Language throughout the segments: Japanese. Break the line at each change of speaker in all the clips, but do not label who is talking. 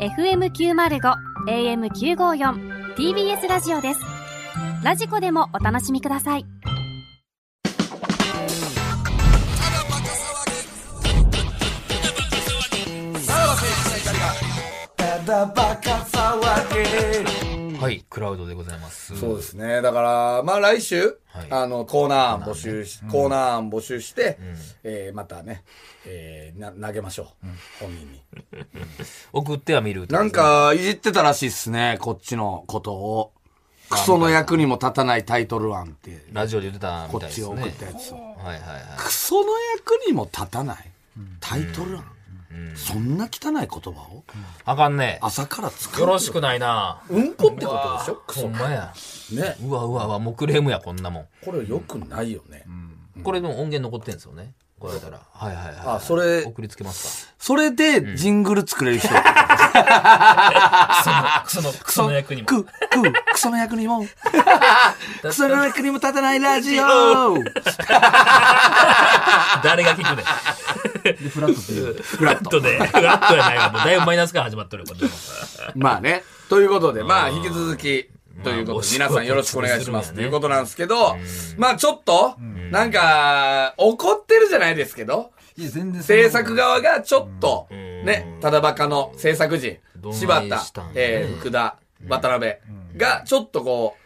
FM905 AM954 TBS ラジオですラジコでもお楽しみください
はい、クラウドでございます。
そうですね。だから、まあ来週、
はい
あの、コーナー案募集し、コーナー案募集して、えーまたね、えーな、投げましょう。本人に。
送っては見る。
なん、か、いじってたらしいっすね。こっちのことを。クソの役にも立たないタイトル案って、
ラジオで言ってたみ
こ
たい
っ
で
ち
す
を
ね。
送ったやつを。
はいはいはい。
クソの役にも立たないタイトル案。そんな汚い言葉を
あかんね。
朝から使う。
よろしくないな。
うんこってことでしょク
ほ
ソ
ん。まや。
ね。
うわうわうわ、もうクレームや、こんなも
これ良くないよね。
ん。これの音源残ってんすよね。これやったら。はいはいはい。
あそれ
送りつけますか。
それで、ジングル作れる人。
クソの、クソの役にも。
ク、ク、クソの役にも。クソの役にも立たないラジオ
誰が聞くねん。
フラットっていう
フラットで。フラットやないわ。もうだいぶマイナスから始まっとるよ、これ。
まあね。ということで、まあ引き続き、ということで、皆さんよろしくお願いします
まあ
ということなんですけど、まあちょっと、なんか、怒ってるじゃないですけど、
いや、全然そんな
制
ことない
作側がちょっと、ね、ただバカの制作陣
ど、ない
柴田
したんやね、
えー福田、渡辺がちょっとこう、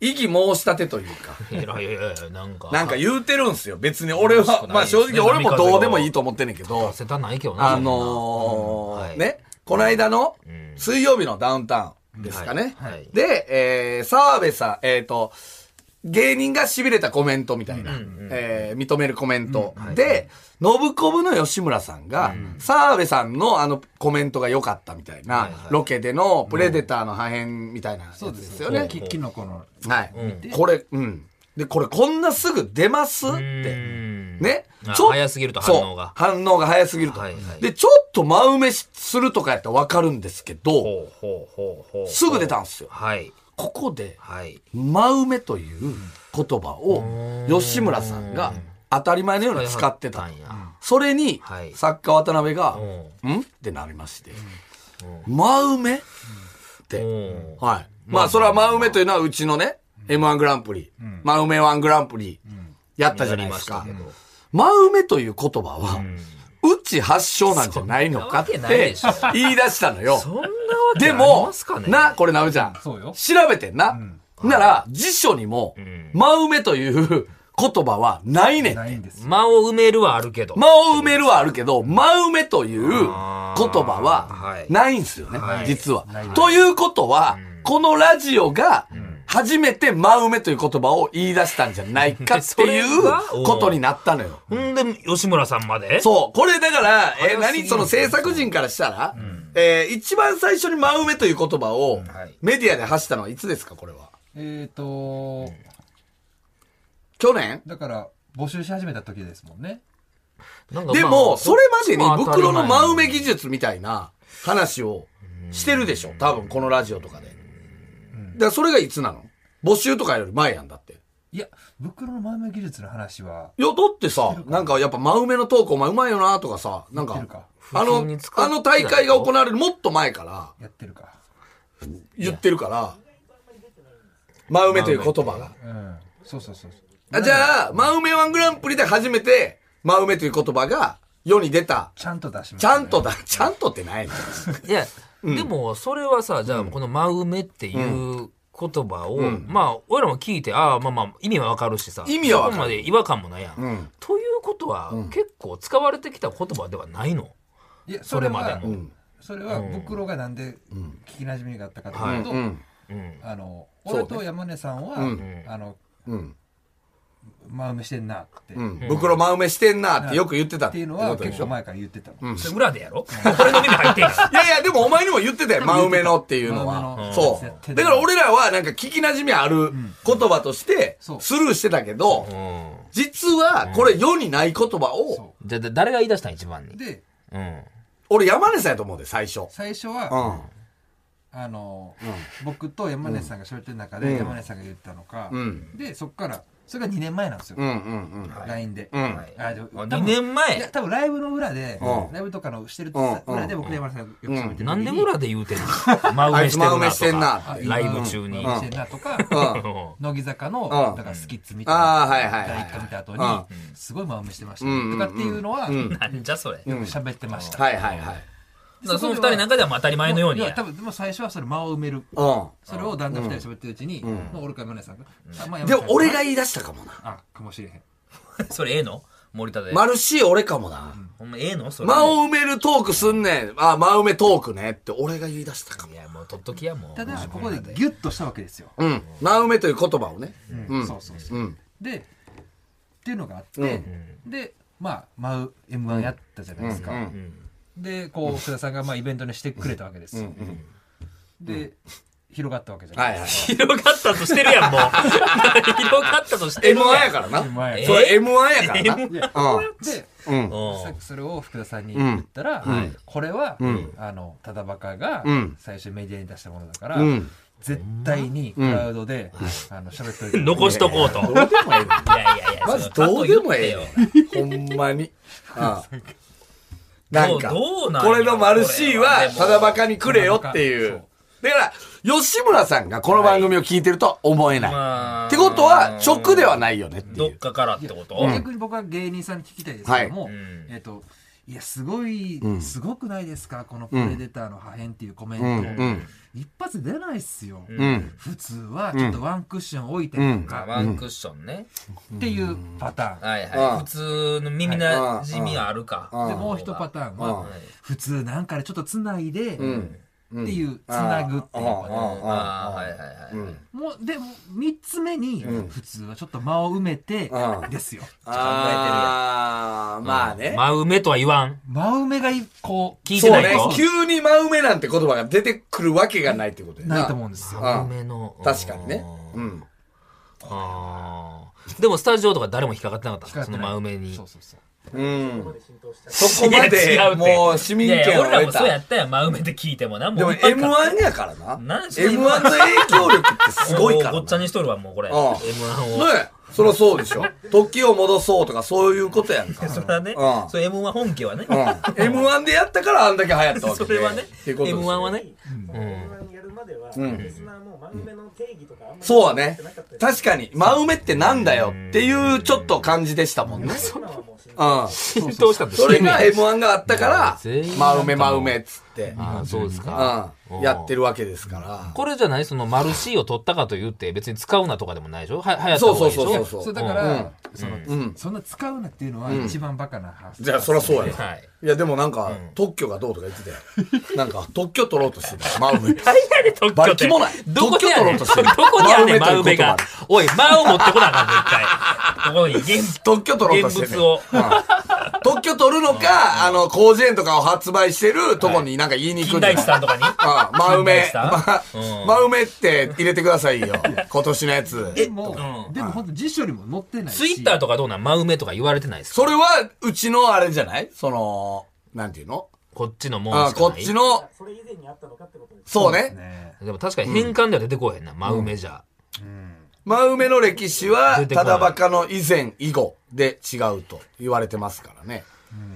異議申し立てというか、
いやいやいやいや、なんか。
なんか言うてるんすよ。別に俺
よろし
は
く、ない
まあ正直俺もどうでもいいと思ってんねんけ
合
ど
わ、せたないけどな。
あのー
うんはい
ね、この間の
ん
水曜日のダウンタウンですかね。
はいはい
で、えー、澤部さん、えっ、と、芸人が痺れたコメントみたいな、えー認めるコメント。で、信子部の吉村さんが、澤部さんのあのコメントが良かったみたいな、
いはい
ロケでのプレデターの破片みたいなやつ
そう
で
です
す
よ
よ
ね。
ね。
きキノコの。
はい、
う
これ、うん。で、これこんなすぐ出ますって。
うん
ね
あ。
ちょ
早すぎると反応が
そう反応が早すぎると。
はいはい
で、ちょっと真埋めするとかやったらわかるんですけど、
ほうほうほうほう。
すぐ出たんですよ。
はい。
ここで、
はい。
真埋めという言葉を吉村さんが当たり前のように使ってた
ん。や。
それに
はい、
作家渡辺が、
うん
んってなりまして、真埋めって。
うん。
はい。まあ、それは真埋めというのはうちのね、M1 グランプリ、真埋め1グランプリ、やったじゃないですか
やりましたけど。
真埋めという言葉は、うち発祥なんじゃないのかって
そんなわけないでしょ
言い出したのよ。
そんなわけ
で
あり
も
ますかね、
な、これなべちゃん。
そうよ
調べてんな。なら、辞書にも、真埋めという言葉はないねん
ないんですよ。
間を埋めるはあるけど。
間を埋めるはあるけど、間埋めという言
あ
葉
ーは
はいないんですよね、
はい
実は
ない。
ということは、このラジオが初めて間埋めという言葉を言い出したんじゃないかってい
それはお
う
う
ことになったのよ。
ほんで、吉村さんまで
そう。これだから、え
早すぎ
ー、何
る
その制作人からしたら、えー一番最初に真埋めという言葉を
はい
メディアで発したのはいつですか、これは。
えっと、
去年
だから、募集し始めた時ですもんね。
なんか
で
ま
も、
あ
それまでに
こっちも当たり
袋
前
の真埋め技術みたいな話をしてるでしょ多分、このラジオとかで。だからそれがいつなの募集とかより前やんだって。
いや、袋の前向技術の話は、
いや、だってさ、なんかやっぱ真埋めのトークお前うまいよなとかさ、なん
やっ
か
てる、か。
あ
普通に
の、
使っ
あ
てたよ
の大会が行われるもっと前から
やってるか。
言ってるから、真埋めという言葉が。
うん。そうそうそうそう。
あじゃあ、真埋めワングランプリで初めて、真埋めという言葉が世に出た。
ちゃんと出します。
ちゃんとだ、ちゃんとってないの
いや、でも、それはさ、じゃあ、この真埋めっていう言葉を、まあ、俺らも聞いて、ああ、まあまあ、意味はわかるしさ。
意味はわかる
そこまで違和感もないやん。ということは、結構使われてきた言葉ではないの。
いや、
そ
そ
れ
れ
まで
は
も。、
それは袋がなんで聞きなじみがあったかというと、
うん。
あの、
そうね
俺と山根さんは、あの、
うん。
真埋めしてんなって。
うん。袋真埋めしてんなってよく言ってた
っていうの
こ
は
とで
結
しょ
構前から言ってたの。
それ裏でやろ俺の耳入ってんから。
いやいや、でもお前にも言ってたよ。真埋めのっていうの
真埋め
は。
の
そ
うん
う。だから俺らはなんか聞き馴染みある言葉として、ス
そう
ルーしてたけど、
う
実はこれ世にない言葉
そう
を、
ん。じゃあ、誰が言い出したん一番に。
で、
うん。
俺山根さんやと思うで、最初。
最初
う
は、
ん。
あの、僕と山根さんが喋ってる中で、山根さんが言ったのか、
ん
で、そっから、それが2年前なんですよ、
うんうん
LINE で、
うん。うん。
あで多分
2年
いや
前
多分ライブの裏で、
うん
ライブとかのしてる
うん
裏で僕山田さんがよく喋ってる時に
なんで裏で言うてん の真埋めしてるなと
あいつ真埋めしてんな
かライブ中に、
いい
ん
してんなとか、
うん
乃木坂の、
ん
だからスキッズ見たり
ああはいはいはい
第一回見た後に、
う
すごい真埋めしてました、
うん
とかっていうのは、
うん
なんじゃそれ、
うん
喋ってました、
はいはいはい。
だからその二人の中ではまあ当たり前のように
い
や
や多分でも最初はそれ間を埋める
う
それをだんだん二人で喋ってるうちに、まあ俺か山根さんが、あまあ
ん。
山
で
根さん
も俺が言い出したかもな。
あかもしれへん
それええの森田で、
マルシー俺かもな。
ほんまええのそれ
間を埋めるトークすんねん。あ、間埋めトークねって俺が言い出したかも
い。やもう取っときやもう
ただここでギュッとしたわけですよ、
うん。間埋めという言葉をね。
うんそうそうそう、
うん
でっていうのがあって、でまあ舞う m 1やったじゃないですか、でこう福田さんがまあイベントにしてくれたわけですよ、で広がったわけじゃない
はいはい。
広がったとしてるやんもう 広がったとしてる
M1
や
やからな。
M1 や
それ M1 やからな。
で
うん。うん。
ん
さっきそれを福田さんに言ったら、はいこれは、あのただバカが
ん
最初にメディアに出したものだから、
うん
絶対にクラウドで、あの喋っといて
残しとこうとい
どうでもええわ
やいやいや
マジどうでもええよ。ほんまに。ああなんか、
どうどうなんや
これのマルシーは、
これはでも
ただバカにくれよっていう。だから、吉村さんがこの番組を聞いてるとは思えない。
まあ
ってことは、直ではないよねってい
どっ
う。
かからってこと、
逆に僕は芸人さんに聞きたいですけども、えっ、といやすごい、すごくないですかこのプレデターの破片っていうコメント、
うん
一発出ないっすよ、
うん。
普通はちょっとワンクッション置いてと
まあ
か
ワンクッションね、
っていうパターン、
はい
あ
は
あ
い普通の耳なじみはあるか
あ
でもう一パター
う
ン
ん
は普通なんかでちょっとつないで、
うん。
っていうつなぐっていうパターン
ああはいはいはい、
うん
もうでも3つ目に、普通はちょっと間を埋めて、
うん
ですよ
あー、まあね。
真埋めとは言わん
真埋めがいこう
聞い
そ
て
う
ない
ね
と。、
急に真埋めなんて言葉が出てくるわけがないってことや
ないと思うんですよ
あ
真埋めの
確かにね。うん。
あーでもスタジオとか誰も引っかかってなかっ
かか
た
っ
そ
てな
の
い
真埋めに
そうそうそう
うん。そこま
い
で
や違うって
もう市民
いやい
権
や
を
俺ら
得
も
た
そう。やったやん真埋めで聞いてもなも
でも
う一般
M1 やからな。
なん
M1 の影響力ってすごいから
もうごっちゃ
な。ね
にしとるわもうこれ
ああ
M1 を
え、そりゃそうでしょ。時を戻そうとかそういうことやんか。
それは ね
ああ
それ M1 本家はね
うん。M1 でやったからあんだけ流行ったわけ
そ
で。
れはね
っていうことですよ
M1 はね
やるまでは、
ん
リスナーも真埋めの定義とかあんまり
そうはね
なかった。です
確かに、真埋めってなんだよっていうちょっと感じでしたもんね。 うん。
今はもう死んで
浸透したって
それが M1 があったから、真
全員
埋め真埋めっつって、
ああそうですか
うん。やってるわけですから。
これじゃないそのマルシーを取ったかと言って別に使うなとかでもないでしょは流行った
そう
方が
そ
いういでしょ
そうそうそ
そ
うう。
だから、その、
ん
そんな使うなっていうのは一番バカな発想
じゃあ、そりゃそうやな。
はい
いや、でもなんか、特許がどうとか言ってたよ。なんか、特許取ろうとしてた。マウメ。
特許って
バリキモない
どこでやね
特許取ろう
ん
としてる
どこにあんねん、
真
真
埋
埋
めという
め
言葉
が。おい、間を持ってこなあかん、絶対。
特
こ
許
こ
取ろう
に現、
として
現
た
物。を。
うん特許取るのか、あの、広辞苑とかを発売してるとこになんか言いに行く
金
んじゃない
田一さんとかに。
ああ、真埋
金田
め
一。さん
ま真埋めって入れてくださいよ。今年のやつ。
でも、
うん
でも本当辞書にも載ってないし
ツイッターとかどうなん真埋めとか言われてないですか
それは、うちのあれじゃないその、なんていうの
こっちのもん
ああ
しか
こ
な
っ
い
ち。の、
それ以前にあったのかってことです
そうね。
ね
でも確かに変換では出てこへんな、真埋めじゃ。
真埋めの歴史は、
出てこな
た
い
だバカの以前以後で違うと言われてますからね。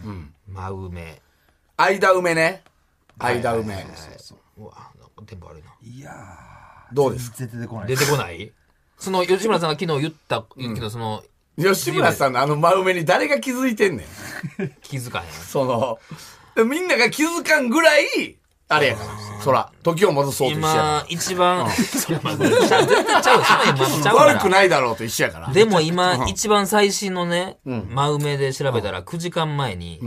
真埋め。
間埋めね。間埋め。
うわ、なんかテンポ悪いな。
いや
どう
ー
ですか
全然出てこない
出てこないその、吉村さんが昨日言った、言ったその、
吉村さんのあの真埋めに誰が気づいてんねん。
気づかへん。
その、みんなが気づかんぐらい、あれやから。そら、時を戻そうと一緒や
今
か、
一番、そうまあ全然ちゃう、そんな今ちゃ
ら。
うから
悪くないだろうと一緒やから。
でも今、一番最新のね、真埋めで調べたら、9時間前に、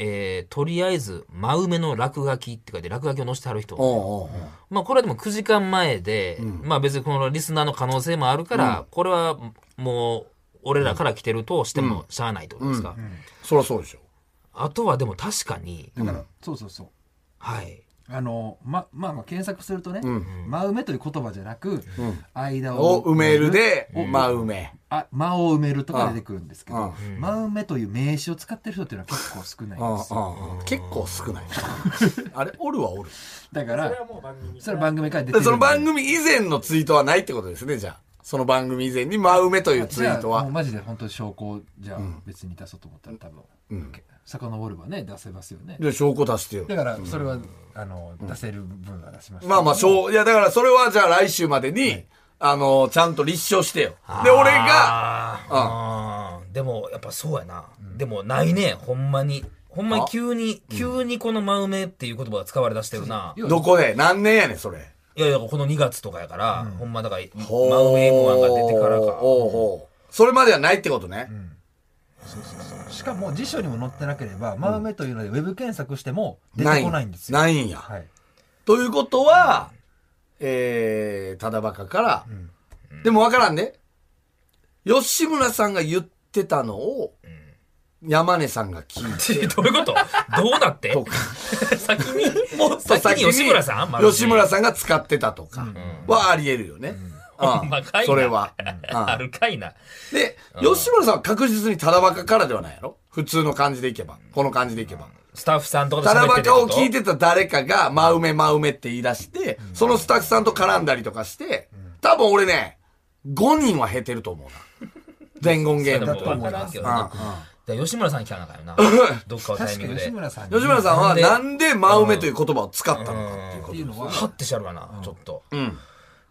えーとりあえず、真埋めの落書きって書いて、落書きを載せてはる人。
おうおう
まあ、これはでも9時間前で、まあ別にこのリスナーの可能性もあるから、これはもう、俺らから来てるとしてもしゃあないってことですか。
そらそうでしょ。
あとはでも確かに、
だから、そうそうそう
はい。
あのままあまあ検索するとね、真埋めという言葉じゃなく、間
を
を
埋めるで、真埋め。
あ間を埋めるとか出てくるんですけ
うん
ど、真埋めという名詞を使ってる人っていうのは結構少ないんですよ、
結構少ない。あれ、おるはおる。
だか
それ
ら
はもう番組に
それは番組から出て
で
る
その番組以前のツイートはないってことですね、じゃあ。その番組以前に「真埋め」というツイート
じゃあも
は
うマジで本当に証拠じゃあ別に出そうと思ったら多分、遡ればね出せますよね
で証拠出してよ
だからそれは、あの出せる分は出しました
まあまあ証いやだからそれはじゃあ来週までに、あのちゃんと立証してよで俺が
あーうんでもやっぱそうやな、でもないねほんまにほんまに急に急にこの「真埋め」っていう言葉が使われだしてるな、
要は
どこで何年やねんそれ
いやいやこの2月とかやから、ほんまだから「真
ほう
埋め M1」が出てからか
ほうほうそれまではないってことね、
しかも辞書にも載ってなければ真埋めというのでウェブ検索しても出
な
て
い
こないんですよ
ないんや、
はい
ということは、えー、ただバカから、でもわからんね。吉村さんが言ってたのを、山根さんが聞い
どういうことどうなって
とか
先に
もっと
先に吉村さん
吉村さんが使ってたとかはあり得るよね。
ほんまかいな
それは。
あ
うん
るかいな
で、吉村さんは確実にただバカからではないやろ普通の感じでいけば。この感じでいけば。
スタッフさんとか
ただ
と喋っ
バ
て
カを聞い
て
てた誰かが、真埋め真埋めって言い出して、そのスタッフさんと絡んだりとかして、多分俺ね、5人は減ってると思うな。伝言芸
だ
能
と
と
思う
か。
からんけど
うんうん
なだから吉村さん聞かなあかんよなどっかのタイ
確
ミ
か
ング
に
で
吉村さんに
吉村さんは
な
なんで真埋めという言葉を使ったのかっていうこ
っ
と
ていうのは
ハッてしちゃるかな、ちょっと、
ん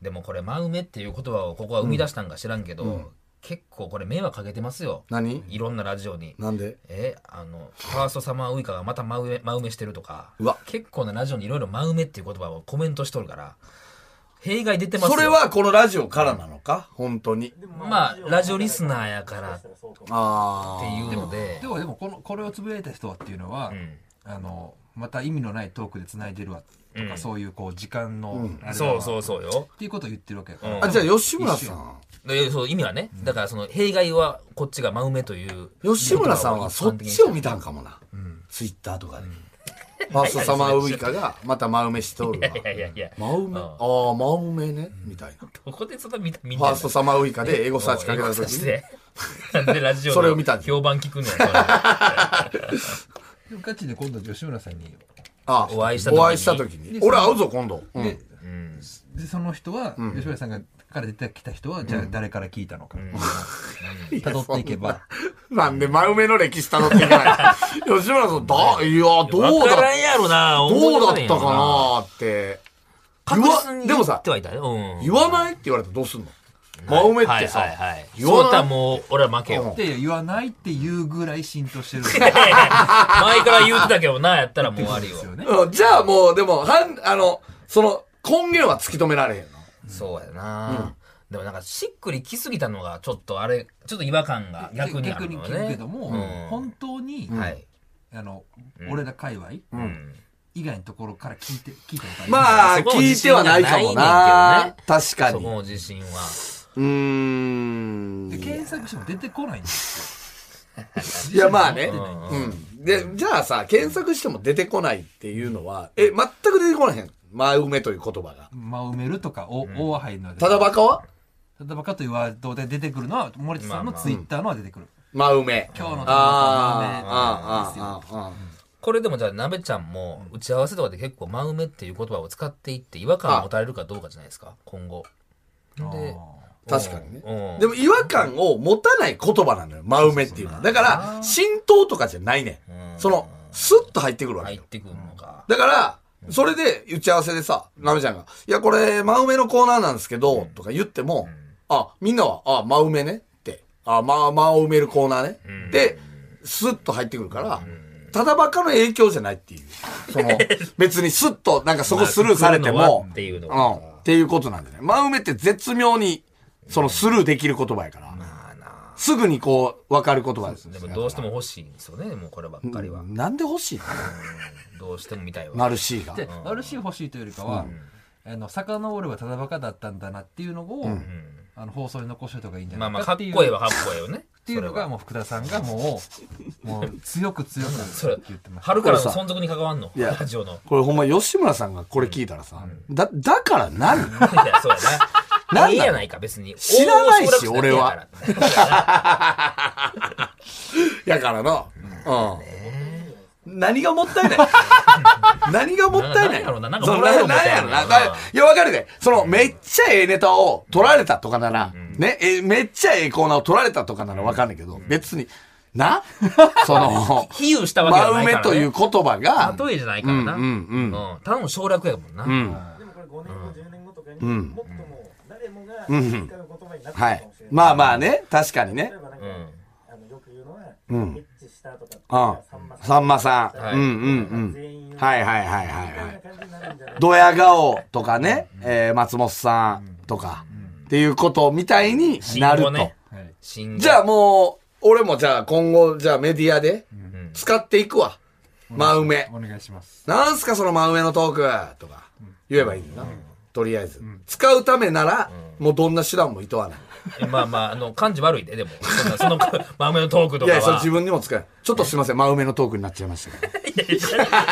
でもこれ「真埋め」っていう言葉をここは生み出したんか知らんけど、結構これ迷惑かけてますよ
何
いろんなラジオに
なんで
えあのファーストサマーウイカがまた真埋め真埋めしてるとか
うわ
結構なラジオにいろいろ「真埋め」っていう言葉をコメントしとるから弊害出てます
それ
よ
はこのラジオからなのか本当に。
まあラジオリスナーやからって
ああ。
いうので
でもでもこのこれをつぶやいた人はっていうのは、
ん
あのまた意味のないトークでつないでるわとか、
うん
そういうこう時間の、あれだな
そうそうそうよ
っていうことを言ってるわけやから、
うん
あ、じゃあ吉村さん。
でそう意味はねだからその弊害はこっちが真埋めという
吉村さんはそっちを見たんかもな。ツイッターとかで。ファーストサマーウイカがまた真埋めしとるわ。
いやいやいや
真梅
うん
ああ、真梅ね。みたいな。
ここでそんな見た見
ファーストサマーウイカで英語サーチかけた
と
時
し
に。
てなんでラジオの
それを見たんだ
評判聞く ねんこ
でもガチで今度吉村さんに、
あ
お会いした時に
お会いした時に。俺会うぞ、今度。うん
ででその人は、吉村さんがから出てきた人は、じゃあ誰から聞いたのか、たどっていけば
なんで真梅の歴史たどっていかない。 吉村さん、だ、いや、
れ
どう
分から
だ、
んやろな
どうだっ
思い出せへん
た
よ
かなって。言
確実
わ、
に
でも
言
さ
っ、てはいたようん
言わないって言われたらどうすんの真梅って
はいはい
さ、
はい
言わない
そうたもう俺は負け
うん
よ
で言わないっていうぐらい浸透してるん
いやいや 前から言ってたけどなやったらもう終わり
ですよ
よ
ね
うんじゃあもう、でも、はん、あの、その、根源は突き止められへんの。
そうやなでもなんかしっくりきすぎたのがちょっとあれちょっと違和感が逆にあるのよ
聞くけ
ね
ども、
うん
本当に、
はい
あの俺ら界隈
うん
以外のところから聞いて聞いたことありす
まあ、
そこも
聞いてはないかもな。確か
そこ
に。
の自信は
うーん。
で
い
検索しても出てこないんですよ
や、まあね。
うん
うん。で、じゃあさ、検索しても出てこないっていうのは、え、全く出てこらへん。真埋めという言葉が。
まあ埋めるとかお、大入るのは
ただバカは
ただバカというワードで出てくるのは森田さんのツイッターのは出てくる、
真埋め。
今日のただバカ
あーあー、あ
は
ーあー、あ
これでもじゃあなべちゃんも打ち合わせとかで結構「真埋め」っていう言葉を使っていって違和感を持たれるかどうかじゃないですか今後
埋めです
で
よ
ー確かにね。
ね
でも違和感を持たない言葉なのよ。真埋めっていうのは。だから、浸透とかじゃないねん。その、スッと入ってくるわけ
入っ
よ。
てくるのか
だから、それで打ち合わせでさ、なめちゃんが、いや、これ、真埋めのコーナーなんですけど、とか言っても、あ、みんなは、あ、真埋めねって、あ、ま、真埋めるコーナーね。で、スッと入ってくるから、ただバカの影響じゃないっていう。 その、別にスッと、なんかそこスルーされて
まあ来るの
も
は、っていうの
うん
か
っていうことなんだね。真埋めって絶妙に、そのスルーできる言葉やから、すぐにこう、わかる言葉です。
でもどうしても欲しいんですよねもうこればっかりは
なんで欲しいの
どうしても見たいわ
マルシ ーが。
で RC 欲しいというよりかは、あの遡ればただバカだったんだなっていうのを、あの放送に残しておいた方がいいんじゃ
まあ
な
ま
い
あか
か
っ
っていう
こええはかっこええよね
っていうのがもう福田さんがもうもう強く強く
それ
言ってました
春からの存続に関わんの
いや
ラジオの
これほんま吉村さんがこれ聞いたらさ、だ、だから 何
いやそう
なんだ
やなええやないか別に
知らないし
大盛り上がりだけやから
やからな。うん。何がもった いない何がもったいない
なんやろななんか
その
もらえる
ななんやろ
みた
ない
な
だいや、わかるで。その、めっちゃええネタを取られたとかなら、ね、え、めっちゃええコーナーを取られたとかならわかんないけど、別に、 なその、
比喩したわけじゃ
真
な
埋
いか
め
ら、ね。
という言葉が、
例えじゃないからな。
うんうんう
うんただの省略やもんな。
うん。
でもこれ5年後、10年後とかに、もっともう誰もが理解の言葉になってるか
はい
もしれ。ない。
まあまあね、確かにね
例え。ばなんか、あのよく言うのは、
ん
エッチしたとかって、
うん
さんま。
さ
さん
んまさん。
はい
うんうんう。
全員言うん
はいはいはいは
み
い
た
はい。
ない感じになるんじゃない
ドヤ顔とかね、えー松本さんとか、っていうことみたいになると。
信号ね。
はい
信号
じゃあもう、俺もじゃあ今後、じゃあメディアで使っていくわ。真埋め。
お願いします
なんすかその真上のトークとか言えばいいんだな。とりあえず。使うためなら、もうどんな手段もいとわない。
えまあまあ、あの、感じ悪いで、でも。そんなその、 真面のトークと
い
か
や、それ
は
自。分にも使えないちょっとすいません、真上のトークになっちゃいましたけど。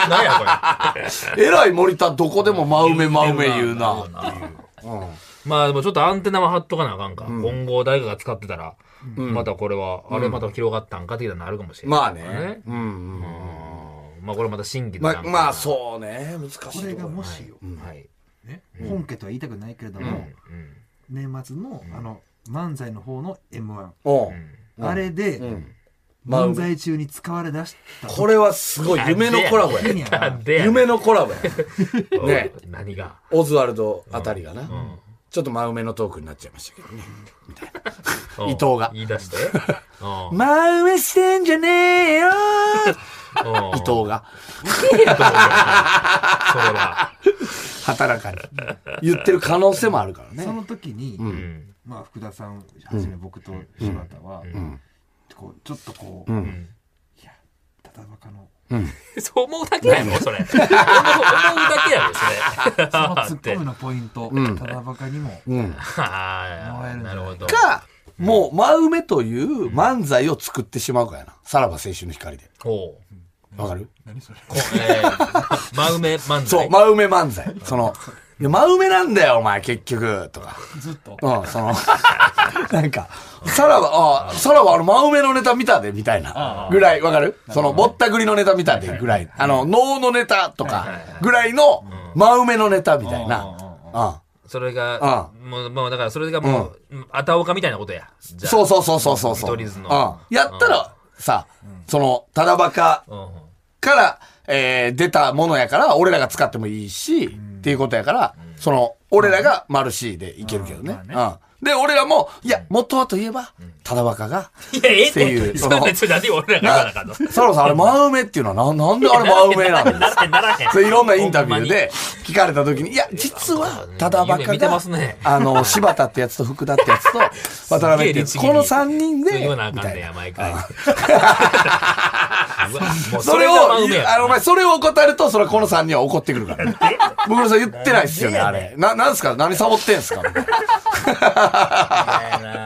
何やこ れ。
えらい森田どこでも真上真上言うなっていう。うん
まあでもちょっとアンテナは張っとかなあかんか。今後誰かが使ってたら、またこれは、あれまた広がったんか的なのあるかもしれない。
まあね。うんうんうん。
まあこれまた新規の
ま
段階
まあそうね、難しいとこ
これがもしよ、
はい。
ね本家とは言いたくないけれども、年末のあの漫才の方の m 1、
おう
あれで、漫才中に使われだした
これはすごい夢のコラボや。
時にはな
なんでやねん
夢のコラボ や。ね
何が
オズワルドあたりがな。ちょっと真上のトークになっちゃいましたけどね。
うん
伊藤が
言い 出して。うんうん
真上してんじゃねえよ伊藤が
それは。
働かに言ってる可能性もあるから
そ
ね。
の時に、
うん
まあ、福田さんはじめ僕と柴田は、こうちょっとこう、
ん
いやただバカの
そう思うだけやろ、それ。思う思うだけやろ、それ。
そのツッコミのポイント、ただバカにも、
うん。
は
える
い。
んじ
な
ゃな
る
い
ほど。
か、もう真上という漫才を作ってしまうからやな。さらば青春の光で。
ほう。
わかる
こえー、真埋め漫
そ
才
う、。真埋め漫才。その、いや真埋めなんだよ、お前、結局、とか。
ずっと
うん、その、 なんか、さらば、ああ、さらば、あの、真埋めのネタ見たで、みたいな、ぐらい、わかるその、ぼったくりのネタ見たで、ぐらい、あの、脳のネタとか、ぐらいの、真埋めのネタみたいな。
それが、もう、もうだからそれがもう、あたおかみたいなことや。
う
じ
ん。
ゃあ
そうそうそうそうそう。そう
見
う
取り図
ん
の。
やったら、さ、その、ただバカ
うん
から、えー出たものやから、俺らが使ってもいいし、っていうことやから、その、俺らがマルシーでいけるけどね。うん。で、俺らも、いや、元はといえば、ただバカが、
いや、ええっ
ってい
て。
う
それ別に何俺らが言わなあかんの。
サロさん、あれ、真埋めっていうのは、ななんであれ真埋めなんです か
ならへんならへん。
そういろんなインタビューで聞かれた時に、いや、実は、ただバ
夢
カ
見て
が
ます、ね
あの、柴田ってやつと福田ってやつ と、渡辺っていう、
すげえ律儀に
この3人で、
言わなあ
み
かん
たい
ねや、
な。
毎回。うわもう
それを
が真埋め、や
あの、お前、それを怠ると、それはこの3人は怒ってくるからね。僕らさん言ってないっすよね、あれ。な、なんすか何サボってんすかみたいな。あ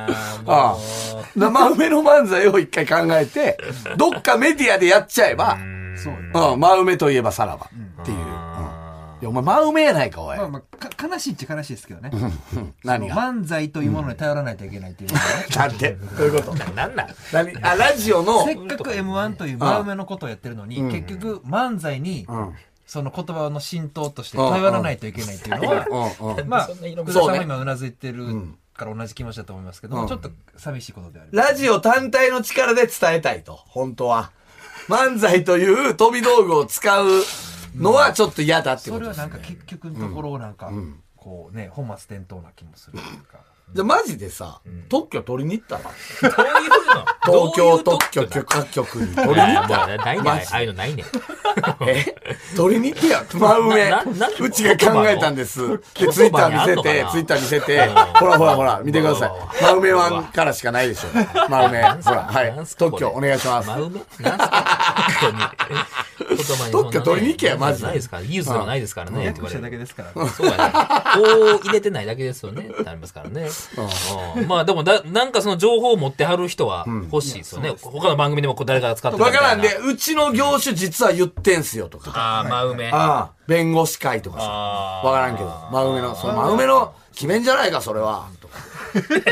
あ 生埋めの漫才を一回考えて、どっかメディアでやっちゃえば、
そう、
うん、真埋めといえばさらばっていう。うんいや、お前真埋めやないか、おい。
まあまあ、か悲しいっちゃ悲しいですけどね
何が
漫才というものに頼らないといけないというのは ね
なんてどういうこと
なんなん
何あ、ラジオの
せ、っかく m 1という真上のことをやってるのに、結局漫才に、その言葉の浸透として頼らないといけないっていうのは、
うんうん。
まあ
そんな色々
福田さん
そう
は
ね
今うなずいてるから同じ気持ちだと思いますけど、ちょっと寂しいことではあります
ラジオ単体の力で伝えたいと、本当は。漫才という飛び道具を使うのはちょっと嫌だってこと
それ
で
は
す。
なんか結局のところなんか、こうね本末転倒な気もするというか
じゃあマジでさ、特許取りに行ったら
どういうの
東
どう
京
いう
特許
だ
許可局に
い
取りに行
や
った
もう
ら
な ないねん。ああいうのないねん。
え取りに行ってや、真上
なな。
うちが考えたんです。で、ツイッター見せて、ツイッター見せて、
うん
ほらほらほら、見てください
うん。
真上ワンからしかないでしょ。真上。ほら、はい
なん。すか
特許お願いします。
真埋めなんすか本当に。言葉にそんなね
特許 取りに行けやマジで
ないですから。技術がないですからね。
役者だけですから、
そうやね。こう入れてないだけですよね。ってありますからね。うんまあでもだ、なんかその情報を持ってはる人は欲しいですよね。他の番組でもこう誰かが使ってる
わ
みたいな
からんで、。うちの業種実は言ってんすよとか。
ああ、真埋め。
ああ、弁護士会とかさ。
あー
わからんけど、真梅の、その真梅の決めんじゃないか、それは。とか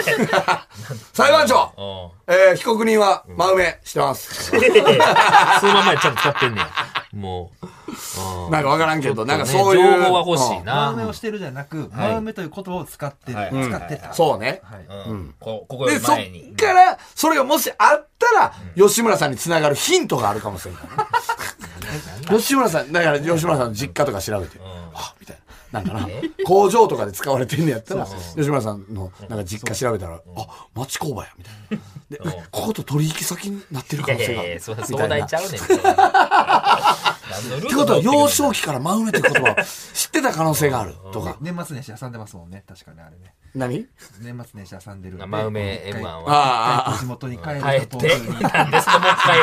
裁判長
うん
えー、被告人は真梅してます。
そのまんまやちゃんと使ってんねや。もう。
なんかわからんけど、なんかそう
情
いう。
報は欲しい
真
な。
埋めをしてるじゃなく、真埋めという言葉を使って、
はい
うん
使ってた。
そうね。
はい。
うんここよ
で、
り
そ
前に
っ。から、それがもしあったら、吉村さんにつながるヒントがあるかもしれない。吉村さん、だから吉村さんの実家とか調べて、あ、みたいな。なんかな、工場とかで使われてんのやったら、吉村さんのなんか実家調べたら、あ、町工場や、みたいな。で、えここと取引先になってる
い
可
や
能
い
性があ
やい
る
や、。それ
みた
壮
いな
大
っ
ちゃうねん。って
てことは、幼少期から真埋めという言葉を知ってた可能性があるとか。
年末年始挟んでますもんね、確かね、あれね。
何
年末年始挟んでるんで。
生埋め
一
M1
回
は。
あ
地元に帰る
帰
と
って、なんですかもう一回、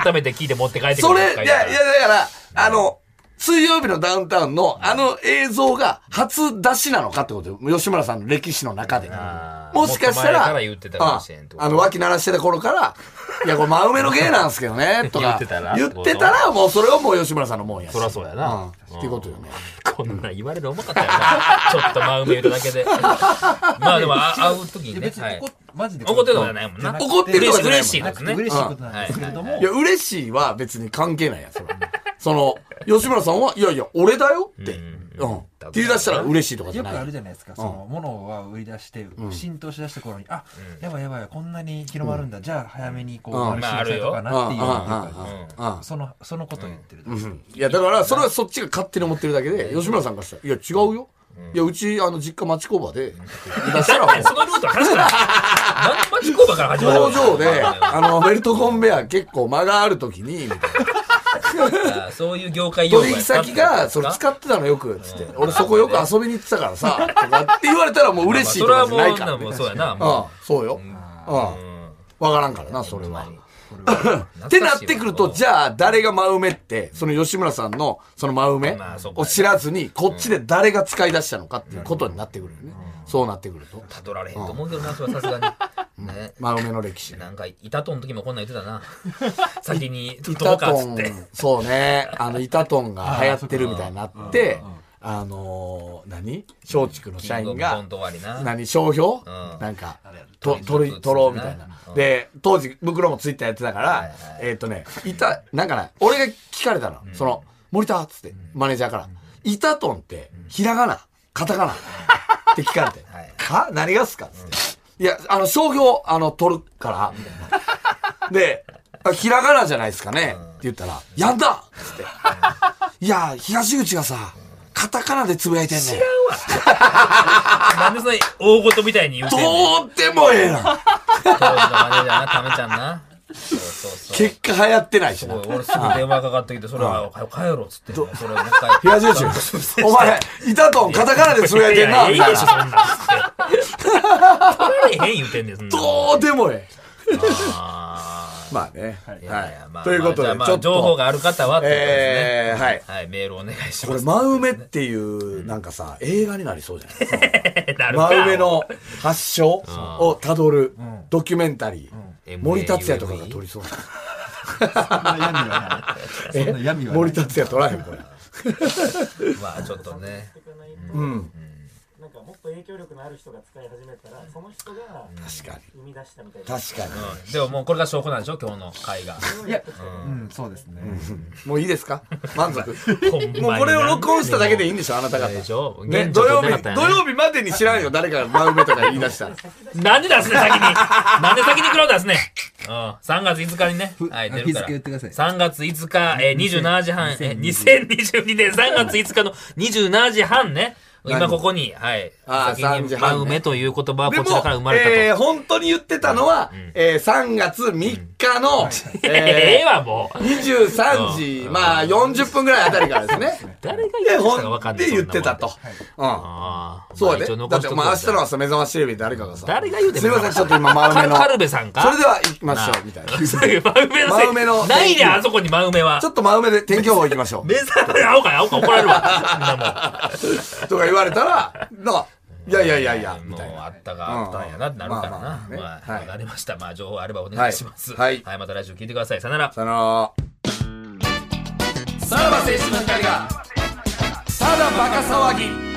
改めて聞いて持って帰ってくる
それ、い
もう
や、
一回
いや、だから、あの、水曜日のダウンタウンのあの映像が初出しなのかってことよ。吉村さんの歴史の中で。
あー
もしかした
もっと
ら、
前から言ってたかもしれんってこと
ああの、脇鳴らしてた頃から、いや、これ真埋めの芸なんですけどね、とか
言ってたら
言ってたら、もうそれをもう吉村さんのもんやし。
そらそうやな。
うんっていうことよね。
こんなん言われる思かったよな。ちょっと真埋め言うただ けで。まあでも、あ会う時に
いや
ね
別。に
はい
怒っ、マジで
怒ってるのじゃないもん
じゃ
な
な。く
怒ってるとかじゃないもん
嬉しいですね。
嬉しいことなんですけれども
いや、、嬉しいは別に関係ないやん、それはその、吉村さんは、いやいや、俺だよって、うん。って言い出したら嬉しいとかじゃ
よ
な
く
い。
あるじゃないですか、その物は売り出して、浸透しだした頃に、あやばいやばい、こんなに広まるんだ、じゃあ早めにこう、
うん
丸していこうかなっていう
うんうん
な
うん
ん
うん
ていうか、そのそのことを言ってるだけ。
いや、だから、それはそっちが勝手に思ってるだけで、吉村さんがしたら、いや、違うよ。いや、うち、あの、実家町工場で、出した らもう、
そのルートは確かに。なんで町工場から始まる
工
の
場で、あの、ベルトコンベア結構間があるときに、みたいな
あそういう業界用語
取
や
引先が、それ使ってたのよく、つって、俺そこよく遊びに行ってたからさ、とかって言われたらもう嬉しい
そ
と
れ
か
は
じ
も
ゃ
う、
ないから
な。もうそうやな。
あ
も
そうよ。あわからんからな、それは。
う
ってなってくると、じ
ゃ
ゃあ、誰が真埋めって、その吉村さんの、その真埋め
まあそこや
を知らずに、こっちで誰が使い出したのかっていうことになってくるよね。そうなってくると。
たどられへんと思うけどな、それはさすがに。ね。
真埋めの歴史。
なんか、板トンの時もこんなん 言ってたな。先に、
イ
ど
タ
うかっ
ト
つって。
ン、そうね、あの、イタトンが流行ってるみたいになって、あのー、何松竹の社
キングオ
員
ブ
が
コン、ト終わりな。
何商標
うん
なんか
れ
と取
取
り
り
取ろうみたいな
うん
で当時袋もツイッターやってたか
はいは
ら
い
えーっとねいたなんかね俺が聞かれたのその森田っつってマネージャーから「イタトンってひらがなカタカナ」って聞かれて
はい
「か何がっすか?」っつって「いやあの商標あの取るから」みたいな。で、あひらがなじゃないですかね、って言ったら、やんだっつって。いや、東口がさ、カタカナでつぶやいてんねん。
なんでそんな大事みたいに言うてんねん
どうでもええな。
当時のマネージャーな、ためちゃんな。そうそう そう。
結果流行ってないしな。
俺すぐ電話かかってきて、それは、早く帰ろうっつって。それをもう一回。
東口、お前、いたとん、カタカナでつぶやいてんな、
い
み
や
た
ええ
い
でしょ、
な。
そんなんつって。 取られへん言うてんねん、そんな
どうでもええ。
あ
まあね。はい
ーいやいやまあまあ
ということ
じ
で、ち
ゃあ
ょ
ま
っ
あ
と。
情報がある方はってことですね。
えー、はい。
はい、メールお願いし
こ
ま
れ、
す。
真埋めっていう、なんかさ、映画になりそうじゃない
なるか
真上の発祥をたどるドキュメンタリー、
うん
森達也とかが撮りそうな
そんな闇はない。そんな闇はない。
森達也撮らへんこれ
まあちょっとね。
ていかないと、
ん
なんかもっと影響力のある人が使い始めたら、その人が
確かに
生み出したみたいな。
確かに
うんでももうこれが証拠なんでしょ今日の会が。
いや、
うん、そうですね。
もういいですか満足
ほんま に
もうこれを録音しただけでいいんでしょあなた方
でしょ
ね、
現状
土曜
取
日
れなかった、
土
よね
曜日までに知らんよ、誰かが真埋めとか言い出した ら。
なんで出すね、先に。なんで先にクラウド出すね。うん。3月5日にね。はい、出るから。
日付言ってください
3月5日、えー、27時半、えー、2022年3月5日の27時半ね。今ここに、はい。
あー
先
3
に、
時
真
半ね
埋めという言葉は
で
こちらから生
も
ま、れたと。
えー、本当に言ってたのは、えー、3月3日の、
ええ
えー、
わ、もう。
23時、まあ、40分ぐらいあたりからです ね。
誰が
で、
言ってたか
本
分かん
っ
ない。
て言ってたと。うん。
ああ。
そうや
まあ一
で。
応
だ
残
っ、
してとく
まあ、明日の
わ
朝目覚ましテレビで誰かがさ。
誰が言うてん
すい
の
ません、ちょっと今、真埋めの。
カルベさんか
それでは行きましょう、みたいな。 ち
真埋めのせい。ないね、あそこに真埋めは。
ょっと真埋めで天気予報行きましょ
目覚め、 青か、青か怒られるわ。みんなもう。
う。とか言われたら、ないやいやいやいや、み
もう
たいな。
あったがあったんやなってなるからな。
まあまあね
まあ、
はい
わかりました。まあ、情報あればお願いします。
は
はいい。
は
また来週聞いてください。さよなら。
さよなら。さらば青春の光が、ただバカ騒ぎ。